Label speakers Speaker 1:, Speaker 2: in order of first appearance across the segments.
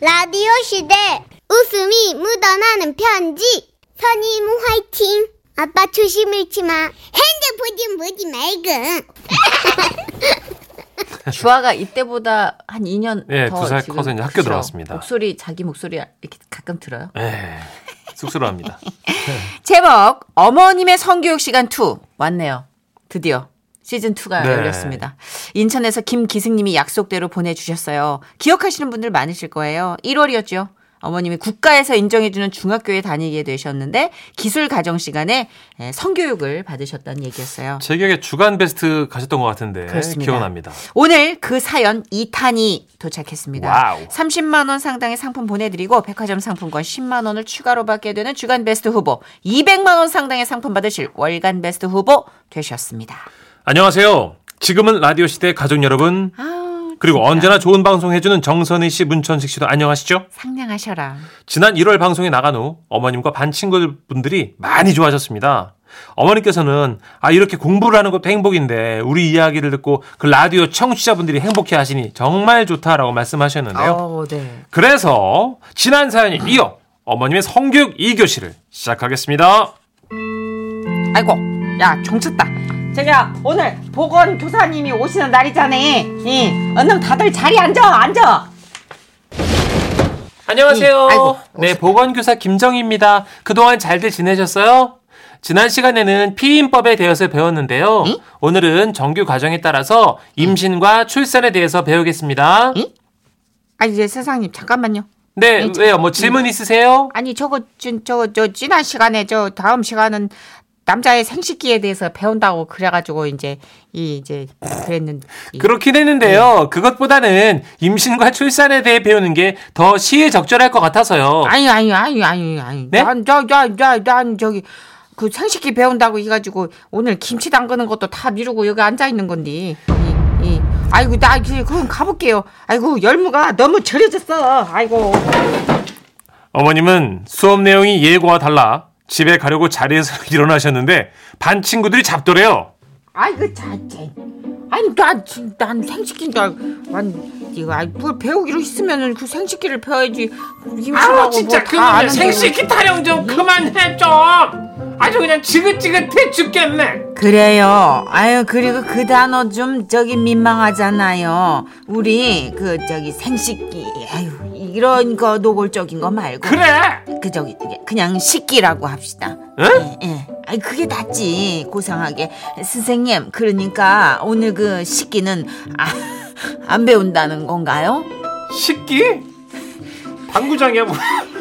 Speaker 1: 라디오 시대 웃음이 묻어나는 편지 선임 화이팅 아빠 조심 잃지 마 핸드폰 좀 보지 말고
Speaker 2: 주아가 이때보다 한 2년
Speaker 3: 네,
Speaker 2: 더
Speaker 3: 두살
Speaker 2: 지금
Speaker 3: 커서 이제 학교
Speaker 2: 그쵸?
Speaker 3: 들어갔습니다.
Speaker 2: 목소리 자기 목소리 이렇게 가끔 들어요.
Speaker 3: 에 예, 쑥스러워합니다.
Speaker 2: 제목 어머님의 성교육 시간 2 왔네요. 드디어 시즌 2가
Speaker 3: 네.
Speaker 2: 열렸습니다. 인천에서 김기승님이 약속대로 보내주셨어요. 기억하시는 분들 많으실 거예요. 1월이었죠. 어머님이 국가에서 인정해주는 중학교에 다니게 되셨는데 기술 가정 시간에 에, 성교육을 받으셨다는 얘기였어요.
Speaker 3: 제 기억에 주간 베스트 가셨던 것 같은데
Speaker 2: 그렇습니다.
Speaker 3: 기억납니다.
Speaker 2: 오늘 그 사연 2탄이 도착했습니다.
Speaker 3: 와우.
Speaker 2: 30만 원 상당의 상품 보내드리고 백화점 상품권 10만 원을 추가로 받게 되는 주간 베스트 후보, 200만 원 상당의 상품 받으실 월간 베스트 후보 되셨습니다.
Speaker 3: 안녕하세요. 지금은 라디오 시대 가족 여러분
Speaker 2: 아,
Speaker 3: 그리고 언제나 좋은 방송 해주는 정선희 씨, 문천식 씨도 안녕하시죠?
Speaker 2: 상냥하셔라.
Speaker 3: 지난 1월 방송에 나간 후 어머님과 반 친구분들이 많이 좋아하셨습니다. 어머니께서는 아 이렇게 공부를 하는 것도 행복인데 우리 이야기를 듣고 그 라디오 청취자분들이 행복해 하시니 정말 좋다라고 말씀하셨는데요.
Speaker 2: 어, 네.
Speaker 3: 그래서 지난 사연에 이어 어머님의 성교육 2교시를 시작하겠습니다.
Speaker 2: 아이고, 야, 종쳤다. 제가 오늘 보건 교사님이 오시는 날이잖아. 예. 얼른 다들 자리 앉아, 앉아.
Speaker 3: 안녕하세요.
Speaker 2: 이, 음, 아이고,
Speaker 3: 네, 보건교사 김정희입니다. 그동안 잘들 지내셨어요? 지난 시간에는 피임법에 대해서 배웠는데요. 오늘은 정규 과정에 따라서 임신과 출산에 대해서 배우겠습니다.
Speaker 2: 아니, 이제 선생님, 잠깐만요.
Speaker 3: 네, 왜요? 뭐 질문 있으세요?
Speaker 2: 아니 저거 저저 저, 지난 시간에 저 다음 시간은 남자의 생식기에 대해서 배운다고 그래가지고 이제 이 이제 그랬는 이-
Speaker 3: 그렇긴 했는데요. 그것보다는 임신과 출산에 대해 배우는 게 더 시에 적절할 것 같아서요.
Speaker 2: 아니 아니 아니 아니 아니
Speaker 3: 네?
Speaker 2: 난저저저난 저기 그 생식기 배운다고 해가지고 오늘 김치 담그는 것도 다 미루고 여기 앉아 있는 건데 이, 이. 아이고 나 이제 그럼 가볼게요 아이고 열무가 너무 절여졌어 아이고
Speaker 3: 어머님은 수업 내용이 예고와 달라 집에 가려고 자리에서 일어나셨는데 반 친구들이 잡더래요.
Speaker 2: 아이고 자, 자. 아니 난, 진- 난 생식기인 줄 알고 난 이거 아이 뭘 배우기로 했으면은 그 생식기를 배워야지 임신하고 뭐다 아는데.
Speaker 3: 타령
Speaker 2: 음?
Speaker 3: 좀 그만해 좀. 아주 그냥 지긋지긋해 죽겠네.
Speaker 4: 그래요. 아유, 그리고 그 단어 좀 저기 민망하잖아요. 우리 그 저기 생식기, 아유, 이런 거 노골적인 거 말고.
Speaker 3: 그래.
Speaker 4: 그 저기 그냥 식기라고 합시다.
Speaker 3: 응?
Speaker 4: 예, 예. 아이 그게 낫지 고상하게 선생님 그러니까 오늘 그 식기는 아, 안 배운다는 건가요?
Speaker 3: 식기? 방구장이야 뭐.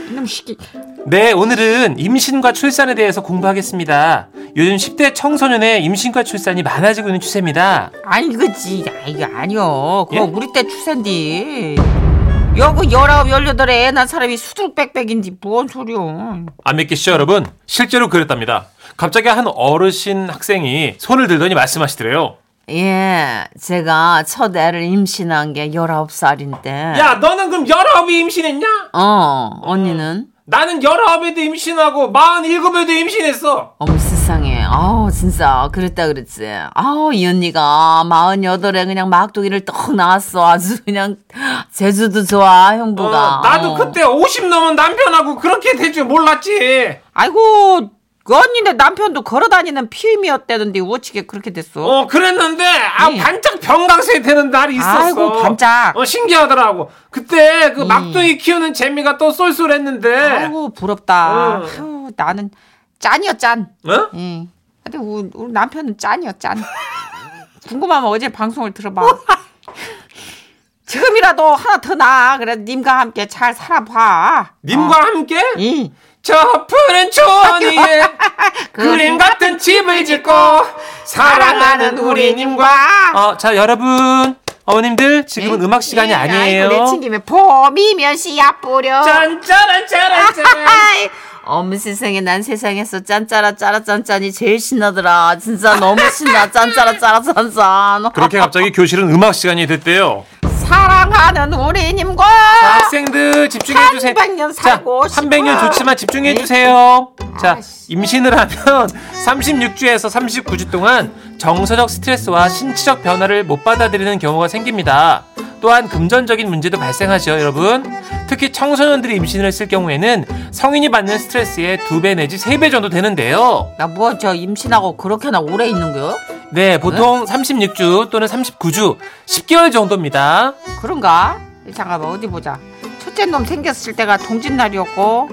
Speaker 2: 이놈 식기
Speaker 3: 네, 오늘은 임신과 출산에 대해서 공부하겠습니다. 요즘 10대 청소년의 임신과 출산이 많아지고 있는 추세입니다.
Speaker 2: 아니 그지 아이 아니요 그거
Speaker 3: 예?
Speaker 2: 우리 때 추세인데 여고 열아홉 열여덟에 애난 사람이 수두룩빽빽인지 뭔 소리요
Speaker 3: 안 믿기시죠, 여러분? 실제로 그랬답니다. 갑자기 한 어르신 학생이 손을 들더니 말씀하시더래요.
Speaker 4: 예, 제가 첫 애를 임신한 게 19살인데.
Speaker 3: 야, 너는 그럼 19이 임신했냐?
Speaker 4: 어, 언니는?
Speaker 3: 나는 19에도 임신하고 47에도 임신했어.
Speaker 4: 어머 세상에. 아우, 진짜. 그랬다 그랬지. 아우, 이 언니가 48에 그냥 막둥이를 떡 낳았어. 아주 그냥 제주도 좋아, 형부가. 어.
Speaker 3: 50 넘은 남편하고 그렇게 될 줄 몰랐지.
Speaker 2: 아이고 그 언니네 남편도 걸어다니는 피임이었대는데 우찌게 그렇게 됐어 네.
Speaker 3: 그랬는데 아 반짝 병강세 되는 날이
Speaker 2: 아이고 반짝
Speaker 3: 어, 신기하더라고. 그때 그 막둥이 키우는 재미가 또 쏠쏠했는데.
Speaker 2: 아이고 부럽다.
Speaker 3: 네. 어.
Speaker 2: 아유, 나는 짠이야 짠.
Speaker 3: 어?
Speaker 2: 예. 근데 우리, 우리 남편은 짠이야 짠. 궁금하면 어제 방송을 들어봐. 지금이라도 하나 더 나아. 그래 님과 함께 잘 살아봐. 예.
Speaker 3: 님과 함께
Speaker 2: 이
Speaker 3: 저 푸른 초원 위에 그림 같은 집을 짓고 사랑하는 우리 님과 어, 자 여러분 어머님들 지금은 음악 시간이 네, 아니에요.
Speaker 2: 예, 내친김에 봄이면 씨앗 뿌려.
Speaker 3: 짠짜란짜란짠.
Speaker 4: 어머 세상에 난 세상에서 짠짜라 짜라 짠짠이 제일 신나더라. 진짜 너무 신나. 짠짜라 짜라 짠짠.
Speaker 3: 그렇게 갑자기 교실은 음악 시간이 됐대요.
Speaker 2: 사랑하는 우리님과
Speaker 3: 자, 학생들 집중해 주세요.
Speaker 2: 300년 살고
Speaker 3: 자,
Speaker 2: 싶어. 네.
Speaker 3: 300년 좋지만 집중해 주세요. 자, 임신을 하면 36주에서 39주 동안 정서적 스트레스와 신체적 변화를 못 받아들이는 경우가 생깁니다. 또한 금전적인 문제도 발생하죠, 여러분. 특히 청소년들이 임신을 했을 경우에는 성인이 받는 스트레스의 두 배 내지 세 배 정도 되는데요.
Speaker 4: 나 뭐 저 임신하고 그렇게나 오래 있는 거요?
Speaker 3: 네, 보통 36주 또는 39주, 10개월 정도입니다.
Speaker 2: 그런가? 잠깐만 어디 보자. 첫째 놈 생겼을 때가 동짓날이었고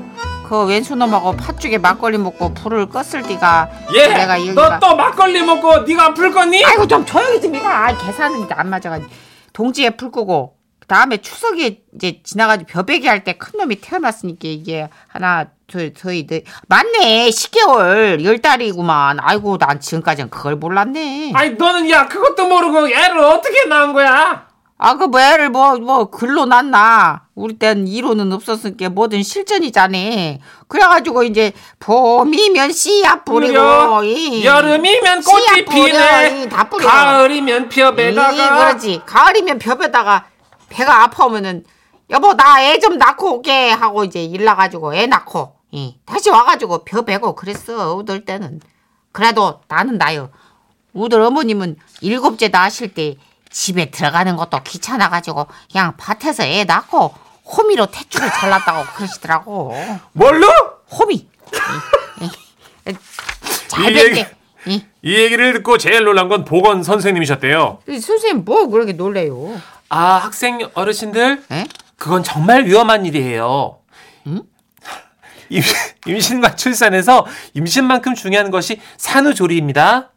Speaker 2: 그 왼수놈하고 팥죽에 막걸리 먹고 불을 껐을 때가
Speaker 5: 예,
Speaker 2: 내가 이
Speaker 3: 너 또 막걸리 먹고 네가 안 풀 거니?
Speaker 2: 아이고 좀 조용히 좀 해라. 아, 계산은 이제 안 맞아가지고 동지에 풀 끄고 그다음에 추석에 이제 지나가지고 벼베기 할 때 큰 놈이 태어났으니까 이게 하나 둘 저희 네 맞네 10개월 열 달이구만 아이고 난 지금까지는 그걸 몰랐네
Speaker 3: 아니 너는 야 그것도 모르고 애를 어떻게 낳은 거야?
Speaker 2: 아그 뭐 애를 뭐 뭐 글로 낳나 우리 땐 이론은 없었으니까 뭐든 실전이잖아 그래가지고 이제 봄이면 씨앗 뿌리고 이.
Speaker 3: 여름이면
Speaker 2: 씨앗
Speaker 3: 꽃이
Speaker 2: 뿌려,
Speaker 3: 피네
Speaker 2: 이, 다 뿌려.
Speaker 3: 가을이면
Speaker 2: 이,
Speaker 3: 펴배다가
Speaker 2: 그렇지. 가을이면 벼베다가 배가 아파오면은 여보 나 애 좀 낳고 오게 하고 이제 일 나가지고 애 낳고 예. 다시 와가지고 벼베고 그랬어 우들 때는 그래도 나는 나요 우들 어머님은 일곱째 낳으실 때 집에 들어가는 것도 귀찮아가지고 그냥 밭에서 애 낳고 호미로 태출을 잘랐다고 그러시더라고
Speaker 3: 뭘로?
Speaker 2: 호미 예, 예. 잘
Speaker 3: 이 얘기-
Speaker 2: 뵙게 예.
Speaker 3: 이 얘기를 듣고 제일 놀란 건 보건 선생님이셨대요.
Speaker 2: 이 선생님 뭐 그렇게 놀래요
Speaker 3: 아 학생 어르신들
Speaker 2: 예?
Speaker 3: 그건 정말 위험한 일이에요. 임- 임신과 출산에서 임신만큼 중요한 것이 산후조리입니다.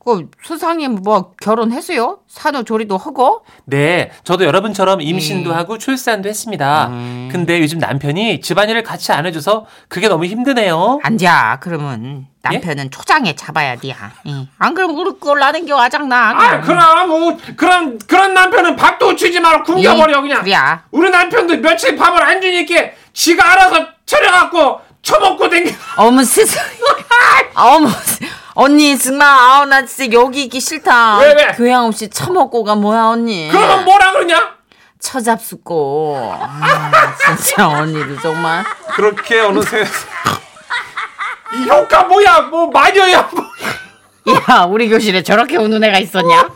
Speaker 2: 그 선생님 뭐 결혼했어요? 산후조리도 하고?
Speaker 3: 네, 저도 여러분처럼 임신도 하고 출산도 했습니다. 근데 요즘 남편이 집안일을 같이 안 해줘서 그게 너무 힘드네요.
Speaker 2: 앉아 그러면 남편은
Speaker 3: 예?
Speaker 2: 초장에 잡아야 돼. 응. 안 그러면 우리 꼴 나는 게 와장나.
Speaker 3: 아, 그럼 그런 그런 남편은 밥도 주지 말고
Speaker 2: 그래야.
Speaker 3: 우리 남편도 며칠 밥을 안 주니까 지가 알아서 차려갖고 처먹고
Speaker 4: 네.
Speaker 3: 댕겨.
Speaker 4: 어머 세상에. 어머 세- 언니 정말 아우 나 진짜 여기 있기 싫다.
Speaker 3: 왜, 왜?
Speaker 4: 교양 없이 처먹고가 뭐야 언니.
Speaker 3: 그러면 뭐라 그러냐?
Speaker 4: 처잡수고. 아, 진짜 언니도 정말.
Speaker 3: 그렇게 어느새 이 효과 뭐야? 뭐 마녀야? 뭐.
Speaker 4: 야 우리 교실에 저렇게 우는 애가 있었냐?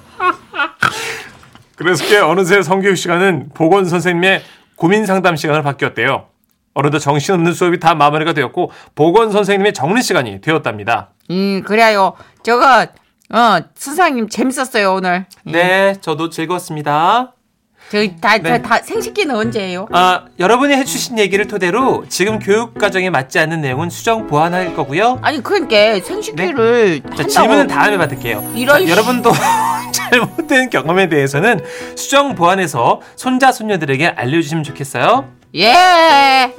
Speaker 3: 그래서 어느새 성교육 시간은 보건 선생님의 고민 상담 시간으로 바뀌었대요. 어느덧 정신없는 수업이 다 마무리가 되었고 보건 선생님의 정리 시간이 되었답니다.
Speaker 2: 음 그래요. 저거 어 선생님 재밌었어요 오늘.
Speaker 3: 네, 저도 즐거웠습니다.
Speaker 2: 저다다
Speaker 3: 네.
Speaker 2: 다 생식기는 언제예요?
Speaker 3: 아, 여러분이 해주신 얘기를 토대로 지금 교육 과정에 맞지 않는 내용은 수정 보완할 거고요.
Speaker 2: 아니 그러니까 생식기를
Speaker 3: 자,
Speaker 2: 한다고.
Speaker 3: 질문은 다음에 받을게요.
Speaker 2: 이런
Speaker 3: 자,
Speaker 2: 씨.
Speaker 3: 여러분도 잘못된 경험에 대해서는 수정 보완해서 손자 손녀들에게 알려주시면 좋겠어요.
Speaker 2: 예.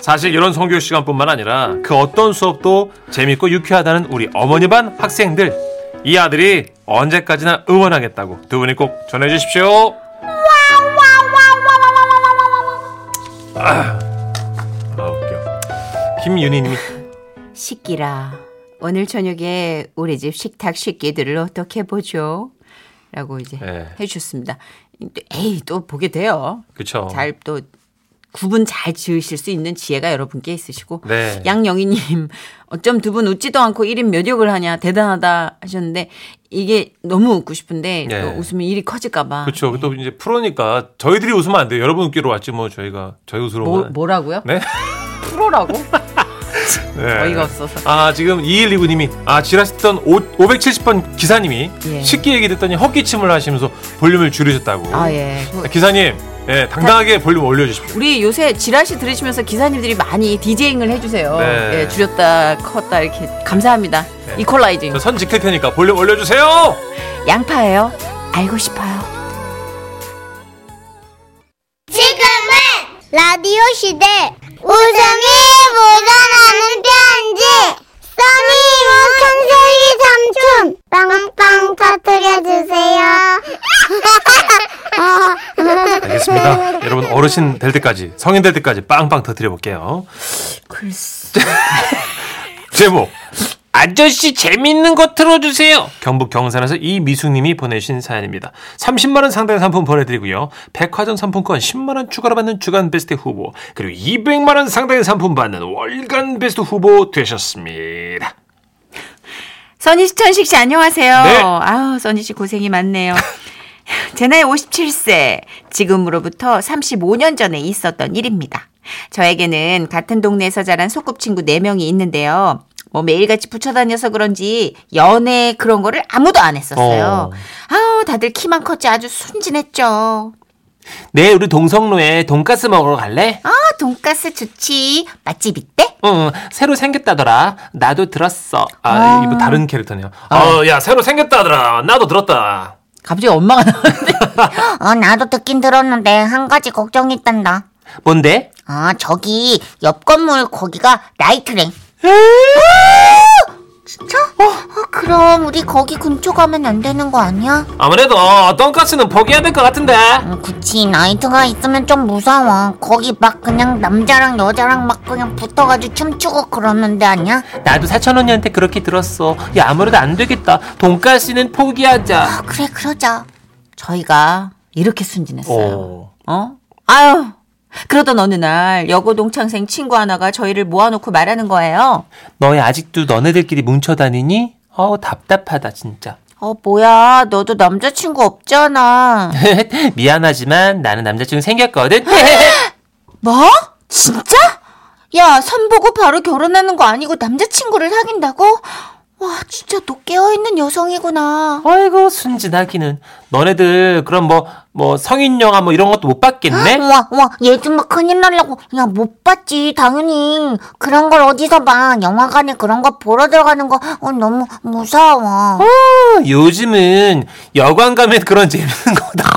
Speaker 3: 사실 이런 성교 시간뿐만 아니라 그 어떤 수업도 재밌고 유쾌하다는 우리 어머니 반 학생들 이 아들이 언제까지나 응원하겠다고 두 분이 꼭 전해주십시오. 아, 아, 웃겨. 김윤희님이
Speaker 2: 식기라. 오늘 저녁에 우리 집 식탁 식기들을 어떻게 보죠? 라고 이제
Speaker 3: 네.
Speaker 2: 해주셨습니다. 에이 또 보게 돼요.
Speaker 3: 그쵸.
Speaker 2: 잘 또 구분 잘 지으실 수 있는 지혜가 여러분께 있으시고
Speaker 3: 네.
Speaker 2: 양영희님 어쩜 두 분 웃지도 않고 1인 몇 욕을 하냐 대단하다 하셨는데 이게 너무 웃고 싶은데
Speaker 3: 네.
Speaker 2: 또 웃으면 일이 커질까봐
Speaker 3: 그렇죠. 또 이제 프로니까 저희들이 웃으면 안 돼요. 여러분 웃기로 왔지 뭐 저희가 저희 웃으러
Speaker 2: 뭐,
Speaker 3: 오면.
Speaker 2: 뭐라고요?
Speaker 3: 네.
Speaker 2: 프로라고?
Speaker 3: 네.
Speaker 2: 어이가 없어서
Speaker 3: 아 지금 2129님이 아 지라시던 570번 기사님이
Speaker 2: 예.
Speaker 3: 쉽게 얘기 듣더니 헛기침을 하시면서 볼륨을 줄이셨다고.
Speaker 2: 아 예. 그
Speaker 3: 기사님, 예 당당하게 볼륨 올려주십시오.
Speaker 2: 우리 요새 지라시 들으시면서 기사님들이 많이 디제잉을 해주세요.
Speaker 3: 네.
Speaker 2: 예, 줄였다 컸다 이렇게 감사합니다. 이퀄라이징
Speaker 3: 저 선 지킬 테니까 볼륨 올려주세요.
Speaker 2: 양파예요. 알고 싶어요.
Speaker 1: 지금은 라디오 시대 웃음이 묻어나는 편지 써니 우천세기 삼촌 빵빵 터뜨려주세요
Speaker 2: 네.
Speaker 3: 알겠습니다. 여러분 어르신 될 때까지 성인 될 때까지 빵빵 터뜨려 볼게요. 제목 아저씨 재밌는 거 틀어주세요. 경북 경산에서 이미숙님이 보내신 사연입니다. 30만 원 상당의 상품 보내드리고요. 백화점 상품권 10만 원 추가로 받는 주간 베스트 후보 그리고 200만 원 상당의 상품 받는 월간 베스트 후보 되셨습니다.
Speaker 2: 써니 시천식 씨 안녕하세요.
Speaker 3: 네.
Speaker 2: 아우 써니 씨 고생이 많네요. 제 나이 57세. 지금으로부터 35년 전에 있었던 일입니다. 저에게는 같은 동네에서 자란 소꿉친구 4명이 있는데요. 뭐 매일같이 붙여 다녀서 그런지 연애 그런 거를 아무도 안 했었어요.
Speaker 3: 어.
Speaker 2: 아우 다들 키만 컸지 아주 순진했죠.
Speaker 3: 네, 우리 동성로에 돈가스 먹으러 갈래?
Speaker 2: 아 돈가스 좋지. 맛집 있대?
Speaker 3: 응, 새로 생겼다더라. 나도 들었어. 아, 이거 다른 캐릭터네요. 어, 야, 새로 생겼다더라. 나도 들었다.
Speaker 4: 갑자기 엄마가 나왔는데
Speaker 6: 어, 나도 듣긴 들었는데 한 가지 걱정이 있단다.
Speaker 3: 뭔데?
Speaker 6: 아, 저기 옆 건물 거기가 라이트랭. 진짜? 어, 그럼 우리 거기 근처 가면 안 되는 거 아니야?
Speaker 3: 아무래도 돈가스는 포기해야 될 것 같은데.
Speaker 6: 음, 그치, 나이트가 있으면 좀 무서워. 거기 막 그냥 남자랑 여자랑 막 그냥 붙어가지고 춤추고 그러는데 아니야?
Speaker 3: 나도 사촌 언니한테 그렇게 들었어. 야, 아무래도 안 되겠다. 돈가스는 포기하자.
Speaker 6: 아, 그래, 그러자.
Speaker 2: 저희가 이렇게 순진했어요.
Speaker 3: 어.
Speaker 2: 어? 아유. 그러던 어느 날 여고 동창생 친구 하나가 저희를 모아놓고 말하는 거예요.
Speaker 3: 너희 아직도 너네들끼리 뭉쳐 다니니? 어, 답답하다, 진짜.
Speaker 2: 어 뭐야 너도 남자친구 없잖아.
Speaker 3: 미안하지만 나는 남자친구 생겼거든.
Speaker 2: 뭐? 진짜? 야 선보고 바로 결혼하는 거 아니고 남자친구를 사귄다고? 와 진짜 너 깨어있는 여성이구나.
Speaker 3: 아이고, 순진하기는. 너네들 그럼 뭐, 뭐 성인 영화 뭐 이런 것도 못 봤겠네?
Speaker 6: 아, 우와, 우와, 예전에 큰일 날라고. 야, 못 봤지, 당연히. 그런 걸 어디서 봐. 영화관에 그런 거 보러 들어가는 거, 어, 너무 무서워.
Speaker 3: 요즘은 여관 가면 그런 재밌는 거다.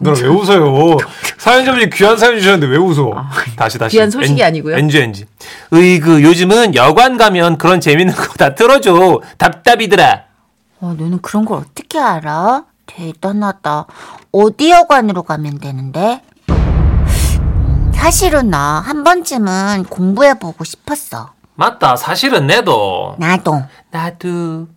Speaker 5: 누나 왜 웃어요? 사연자분이 귀한 사연 주셨는데 왜 웃어?
Speaker 3: 다시 다시.
Speaker 4: 아, 귀한 소식이
Speaker 3: 엔-
Speaker 4: 아니고요?
Speaker 3: 엔지 엔지. 으이그 요즘은 여관 가면 그런 재밌는 거 다 틀어줘. 답답이더라.
Speaker 2: 와 어, 너는 그런 걸 어떻게?
Speaker 6: 어떻게 알아? 대단하다. 어디 여관으로 가면 되는데? 음, 사실은 나 한 번쯤은 공부해보고 싶었어.
Speaker 3: 맞다. 사실은 내도.
Speaker 6: 나도.
Speaker 3: 나도.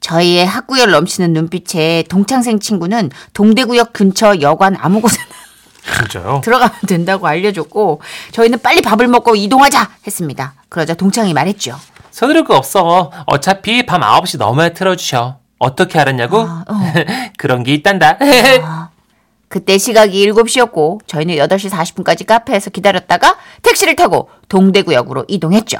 Speaker 2: 저희의 학구열 넘치는 눈빛에 동창생 친구는 동대구역 근처 여관 아무 곳에나
Speaker 3: 진짜요?
Speaker 2: 들어가면 된다고 알려줬고 저희는 빨리 밥을 먹고 이동하자 했습니다. 그러자 동창이 말했죠.
Speaker 3: 서두를 거 없어. 어차피 밤 9시 넘어야 틀어주셔. 어떻게 알았냐고?
Speaker 4: 아,
Speaker 3: 그런 게 있단다.
Speaker 2: 그때 시각이 7시였고 저희는 8시 40분까지 카페에서 기다렸다가 택시를 타고 동대구역으로 이동했죠.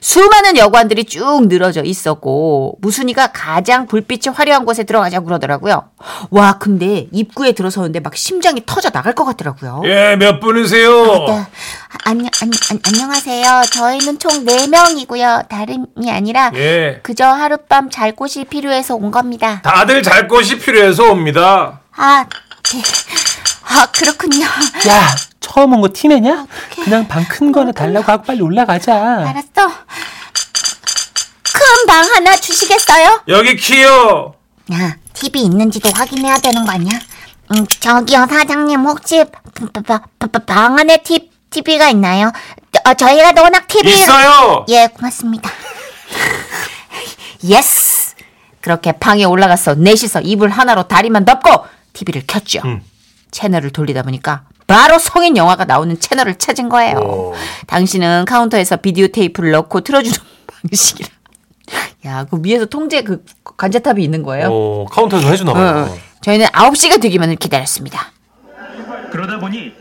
Speaker 2: 수많은 여관들이 쭉 늘어져 있었고 무순이가 가장 불빛이 화려한 곳에 들어가자고 그러더라고요. 와 근데 입구에 들어서는데 막 심장이 터져 나갈 것 같더라고요.
Speaker 5: 예, 몇 분이세요?
Speaker 6: 네. 안녕, 안, 안, 안녕하세요. 저희는 총 4명이고요. 다름이 아니라
Speaker 5: 예.
Speaker 6: 그저 하룻밤 잘 곳이 필요해서 온 겁니다.
Speaker 5: 다들 잘 것이 필요해서 옵니다.
Speaker 6: 아, 네. 아 그렇군요.
Speaker 3: 야, 처음 온 거 티내냐? 그냥 방 큰 거 하나 달라고 하고 빨리 올라가자.
Speaker 6: 알았어. 큰 방 하나 주시겠어요?
Speaker 5: 여기 키요.
Speaker 6: 야, TV 있는지도 확인해야 되는 거 아니야? 음, 저기요 사장님 혹시 바- 바- 바- 바- 방 안에 티, TV가 있나요? 저, 어, 저희가 워낙 TV
Speaker 5: 있어요.
Speaker 6: 예, 고맙습니다.
Speaker 2: 예스! 그렇게 방에 올라가서 넷이서 이불 하나로 다리만 덮고 TV를 켰죠. 채널을 돌리다 보니까 바로 성인 영화가 나오는 채널을 찾은 거예요. 당신은 카운터에서 비디오 테이프를 넣고 틀어주는 방식이라. 야, 그 위에서 통제 그 관제탑이 있는 거예요.
Speaker 3: 어, 카운터에서 해주나
Speaker 2: 어, 어. 저희는 9시가 되기만을 기다렸습니다.
Speaker 7: 그러다 보니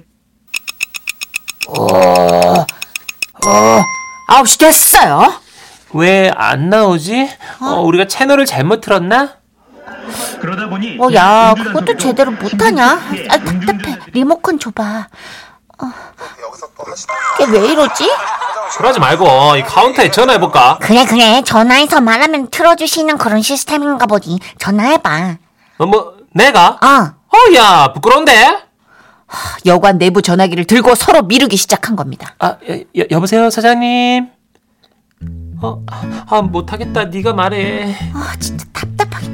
Speaker 2: 9시 됐어요.
Speaker 3: 왜 안 나오지? 어, 우리가 채널을 잘못 틀었나?
Speaker 7: 그러다 보니
Speaker 6: 어, 야, 그것도 제대로 못하냐? 아, 답답해. 리모컨 줘봐. 어, 걔 왜 이러지?
Speaker 3: 그러지 말고 이 카운터에 전화해볼까?
Speaker 6: 그래 그래 전화해서 말하면 틀어주시는 그런 시스템인가 보지 전화해봐
Speaker 3: 어, 뭐 내가?
Speaker 6: 어
Speaker 3: 어, 야, 부끄러운데?
Speaker 2: 여관 내부 전화기를 들고 서로 미루기 시작한 겁니다.
Speaker 3: 아, 여, 여, 여보세요, 사장님. 어, 아, 아, 못하겠다. 네가 말해.
Speaker 6: 아, 진짜 답답하게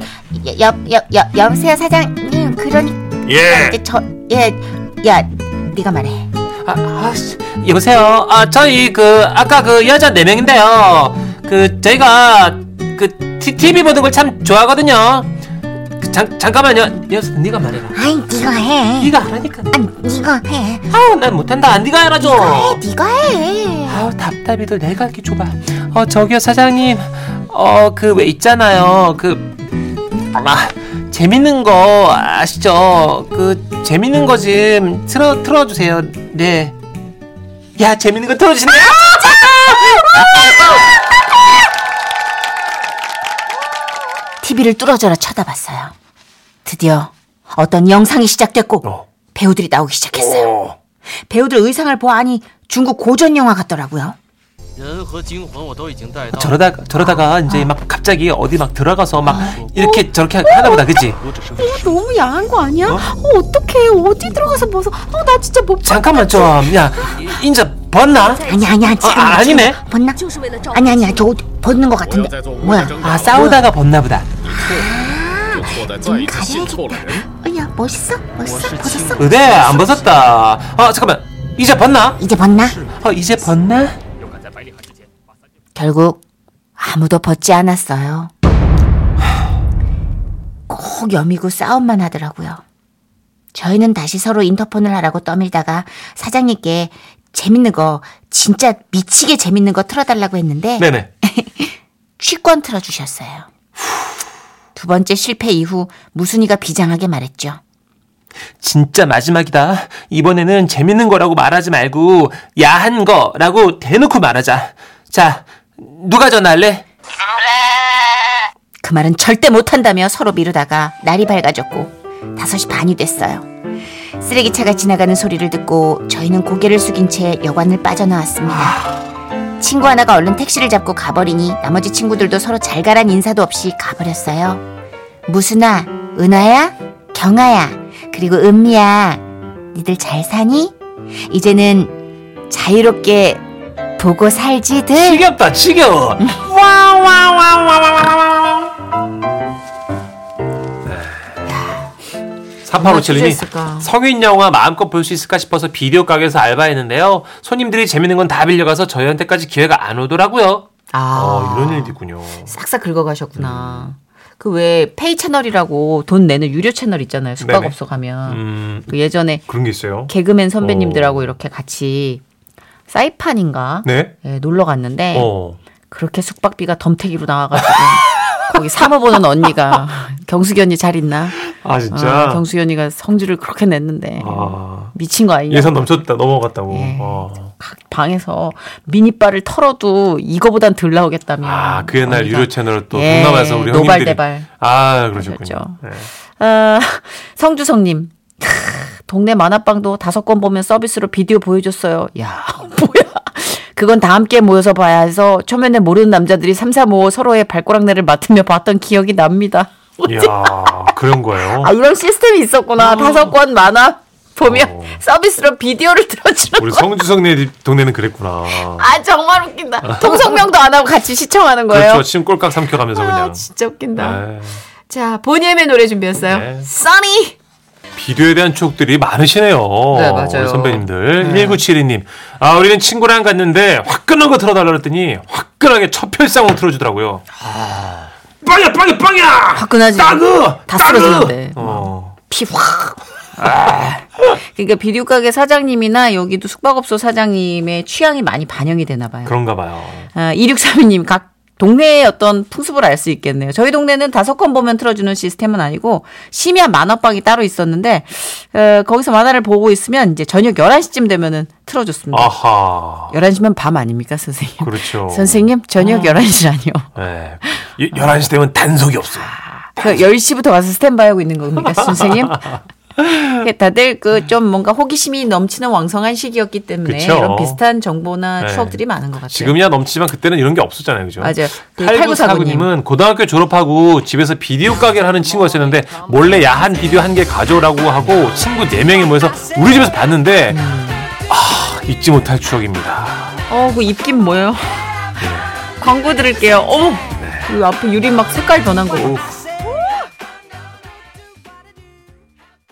Speaker 6: 여, 여, 여, 여, 여보세요 사장님 그러니까
Speaker 5: 예.
Speaker 6: 이제 저 예,
Speaker 2: 야, 네가 말해.
Speaker 3: 아, 아, 씨. 여보세요. 아, 저희 그 아까 그 여자 네 명인데요. 그 저희가 그 티, TV 보는 걸 참 좋아하거든요. 그, 잠, 잠깐만요. 여기서 네가 말해라.
Speaker 6: 아이 네가 해
Speaker 3: 네가 하라니까.
Speaker 6: 아니 네가 해
Speaker 3: 아우, 난 못한다. 네가 해라 좀.
Speaker 6: 네가 해
Speaker 3: 아우, 답답이도 내가 이렇게 줘봐. 어, 저기요, 사장님. 어, 어 그 왜 있잖아요 그 아, 재밌는 거 아시죠? 그 재밌는 거 좀 틀어 틀어주세요. 네. 야 재밌는 거 틀어주시네요.
Speaker 4: TV를 뚫어져라 쳐다봤어요. 드디어 어떤 영상이 시작됐고
Speaker 3: 어.
Speaker 4: 배우들이 나오기 시작했어요. 배우들 의상을 보아하니 중국 고전 영화 같더라고요. 어.
Speaker 3: 저러다
Speaker 4: 아.
Speaker 3: 저러다가 이제 막 갑자기 어디 막 들어가서 막 이렇게 저렇게 하나보다 그치?
Speaker 4: 어, 너무 야한 거 아니야? 어, 어떡해. 어디 들어가서 벗어. 어, 나 진짜 못
Speaker 3: 잠깐만 좀야 인자 벗나?
Speaker 6: 아니야 아니야 지금
Speaker 3: 아, 아니네.
Speaker 6: 지금 벗나? 아니 아니야 저 옷 벗는 것 같은데 뭐야?
Speaker 3: 아 싸우다가 벗나 보다.
Speaker 8: 错的再一次信错了人。
Speaker 6: 야 멋있어 멋있어 벗었어?
Speaker 3: 네, 안 벗었다. 아, 잠깐만. 이제 벗나?
Speaker 6: 이제 벗나?
Speaker 3: 아, 이제 벗나?
Speaker 4: 결국 아무도 벗지 않았어요. 꼭 여미고 싸움만 하더라고요. 저희는 다시 서로 인터폰을 하라고 떠밀다가 사장님께 재밌는 거 진짜 미치게 재밌는 거 틀어달라고 했는데
Speaker 3: 네네.
Speaker 4: 취권 틀어주셨어요. 두 번째 실패 이후 무순이가 비장하게 말했죠.
Speaker 3: 진짜 마지막이다. 이번에는 재밌는 거라고 말하지 말고, 야한 거라고 대놓고 말하자. 자, 누가 전화할래?
Speaker 4: 그 말은 절대 못한다며 서로 미루다가 날이 밝아졌고 5시 반이 됐어요. 쓰레기차가 지나가는 소리를 듣고 저희는 고개를 숙인 채 여관을 빠져나왔습니다. 친구 하나가 얼른 택시를 잡고 가버리니 나머지 친구들도 서로 잘 가란 인사도 없이 가버렸어요. 무순아, 은화야, 경아야, 그리고 은미야, 니들 잘 사니? 이제는 자유롭게 보고 살지들.
Speaker 3: 지겹다, 지겨워.
Speaker 4: 얼마나
Speaker 3: 4857님이
Speaker 4: 힘들었을까.
Speaker 3: 성인 영화 마음껏 볼 수 있을까 싶어서 비디오 가게에서 알바했는데요. 손님들이 재밌는 건 다 빌려가서 저희한테까지 기회가 안 오더라고요.
Speaker 4: 아,
Speaker 3: 어, 일도 있군요.
Speaker 4: 싹싹 긁어가셨구나. 그 왜 페이 채널이라고 돈 내는 유료 채널 있잖아요. 숙박업소 가면
Speaker 3: 음,
Speaker 4: 그 예전에
Speaker 5: 그런 게 있어요.
Speaker 4: 개그맨 선배님들하고 이렇게 같이 사이판인가
Speaker 5: 어. 네.
Speaker 4: 예, 놀러 갔는데
Speaker 3: 어.
Speaker 4: 그렇게 숙박비가 덤태기로 나와가지고 거기 사모보는 언니가 경숙이 언니 잘 있나?
Speaker 5: 아
Speaker 4: 아,
Speaker 5: 진짜.
Speaker 4: 경숙이 언니가 성질을 그렇게 냈는데
Speaker 5: 아,
Speaker 4: 미친 거 아니냐?
Speaker 5: 예산 넘쳤다 넘어갔다고.
Speaker 4: 예.
Speaker 5: 아.
Speaker 4: 각 방에서 미니바를 털어도 이거보단 덜 나오겠다며.
Speaker 5: 아, 그 옛날
Speaker 4: 언니가.
Speaker 5: 유료 채널 또
Speaker 4: 예,
Speaker 5: 동남아에서 우리 형님들이
Speaker 4: 노발대발.
Speaker 5: 아 그러셨군요.
Speaker 4: 그렇죠.
Speaker 3: 네.
Speaker 5: 예.
Speaker 4: 아, 성주성님. 크, 동네 만화방도 다섯 권 보면 서비스로 비디오 보여줬어요. 야, 뭐야. 그건 다 함께 모여서 봐야 해서 초면에 모르는 남자들이 삼삼오오 서로의 발꼬락내를 맡으며 봤던 기억이 납니다.
Speaker 5: 이야 그런 거예요.
Speaker 4: 아, 이런 시스템이
Speaker 5: 어.
Speaker 4: 있었구나. 다섯 권 만화 보면 서비스로 비디오를 틀어주는
Speaker 5: 우리
Speaker 4: 거.
Speaker 5: 성주성네 동네는 그랬구나.
Speaker 4: 아, 정말 웃긴다. 통성명도 안 하고 같이 시청하는 거예요.
Speaker 5: 그렇죠. 침 꼴깍 삼켜가면서
Speaker 4: 아,
Speaker 5: 그냥.
Speaker 4: 진짜 웃긴다.
Speaker 5: 네.
Speaker 4: 자, 보니엠의 노래 준비했어요.
Speaker 5: 네.
Speaker 4: 써니!
Speaker 5: 비디오에 대한 추억들이 많으시네요.
Speaker 4: 네, 맞아요. 네.
Speaker 5: 우리 선배님들. 1972님. 아, 우리는 친구랑 갔는데 화끈한 거 틀어달라 그랬더니 화끈하게 첫필상으로 틀어주더라고요. 빵야, 빵야, 빵야!
Speaker 4: 화끈하지.
Speaker 5: 따그!
Speaker 4: 아, 다
Speaker 5: 따그!
Speaker 4: 쓰러지는데.
Speaker 5: 어.
Speaker 4: 피확. 그러니까 비디오 가게 사장님이나 여기도 숙박업소 사장님의 취향이 많이 반영이 되나 봐요.
Speaker 5: 그런가 봐요.
Speaker 4: 아, 2632님 각 동네의 어떤 풍습을 알 수 있겠네요. 저희 동네는 다섯 권 보면 틀어주는 시스템은 아니고 심야 만화방이 따로 있었는데 에, 거기서 만화를 보고 있으면 이제 저녁 11시쯤 되면은 틀어줬습니다.
Speaker 5: 아하.
Speaker 4: 11시면 밤 아닙니까, 선생님?
Speaker 5: 그렇죠.
Speaker 4: 선생님, 저녁 11시라니요.
Speaker 5: 네. 11시 되면 단속이 없어.
Speaker 4: 그 10시부터 와서 스탠바이 하고 있는 겁니까, 선생님? 이게 다들 그 좀 뭔가 호기심이 넘치는 왕성한 시기였기 때문에
Speaker 5: 그쵸.
Speaker 4: 이런 비슷한 정보나
Speaker 5: 네.
Speaker 4: 추억들이 많은 것 같아요.
Speaker 5: 지금이야 넘치지만 그때는 이런 게 없었잖아요. 그죠?
Speaker 4: 맞아요. 그 8949님.
Speaker 5: 8949님은 고등학교 졸업하고 집에서 비디오 가게를 하는 친구가 있었는데
Speaker 4: 음.
Speaker 5: 몰래 야한 비디오 한 개 가져오라고 하고 친구 4명이 모여서 우리 집에서 봤는데
Speaker 4: 음.
Speaker 5: 아, 잊지 못할 추억입니다.
Speaker 4: 어, 그 입김
Speaker 5: 네.
Speaker 4: 뭐예요? 광고 들을게요. 어머! 이 앞에 유리 막 색깔 변한 거. 봐.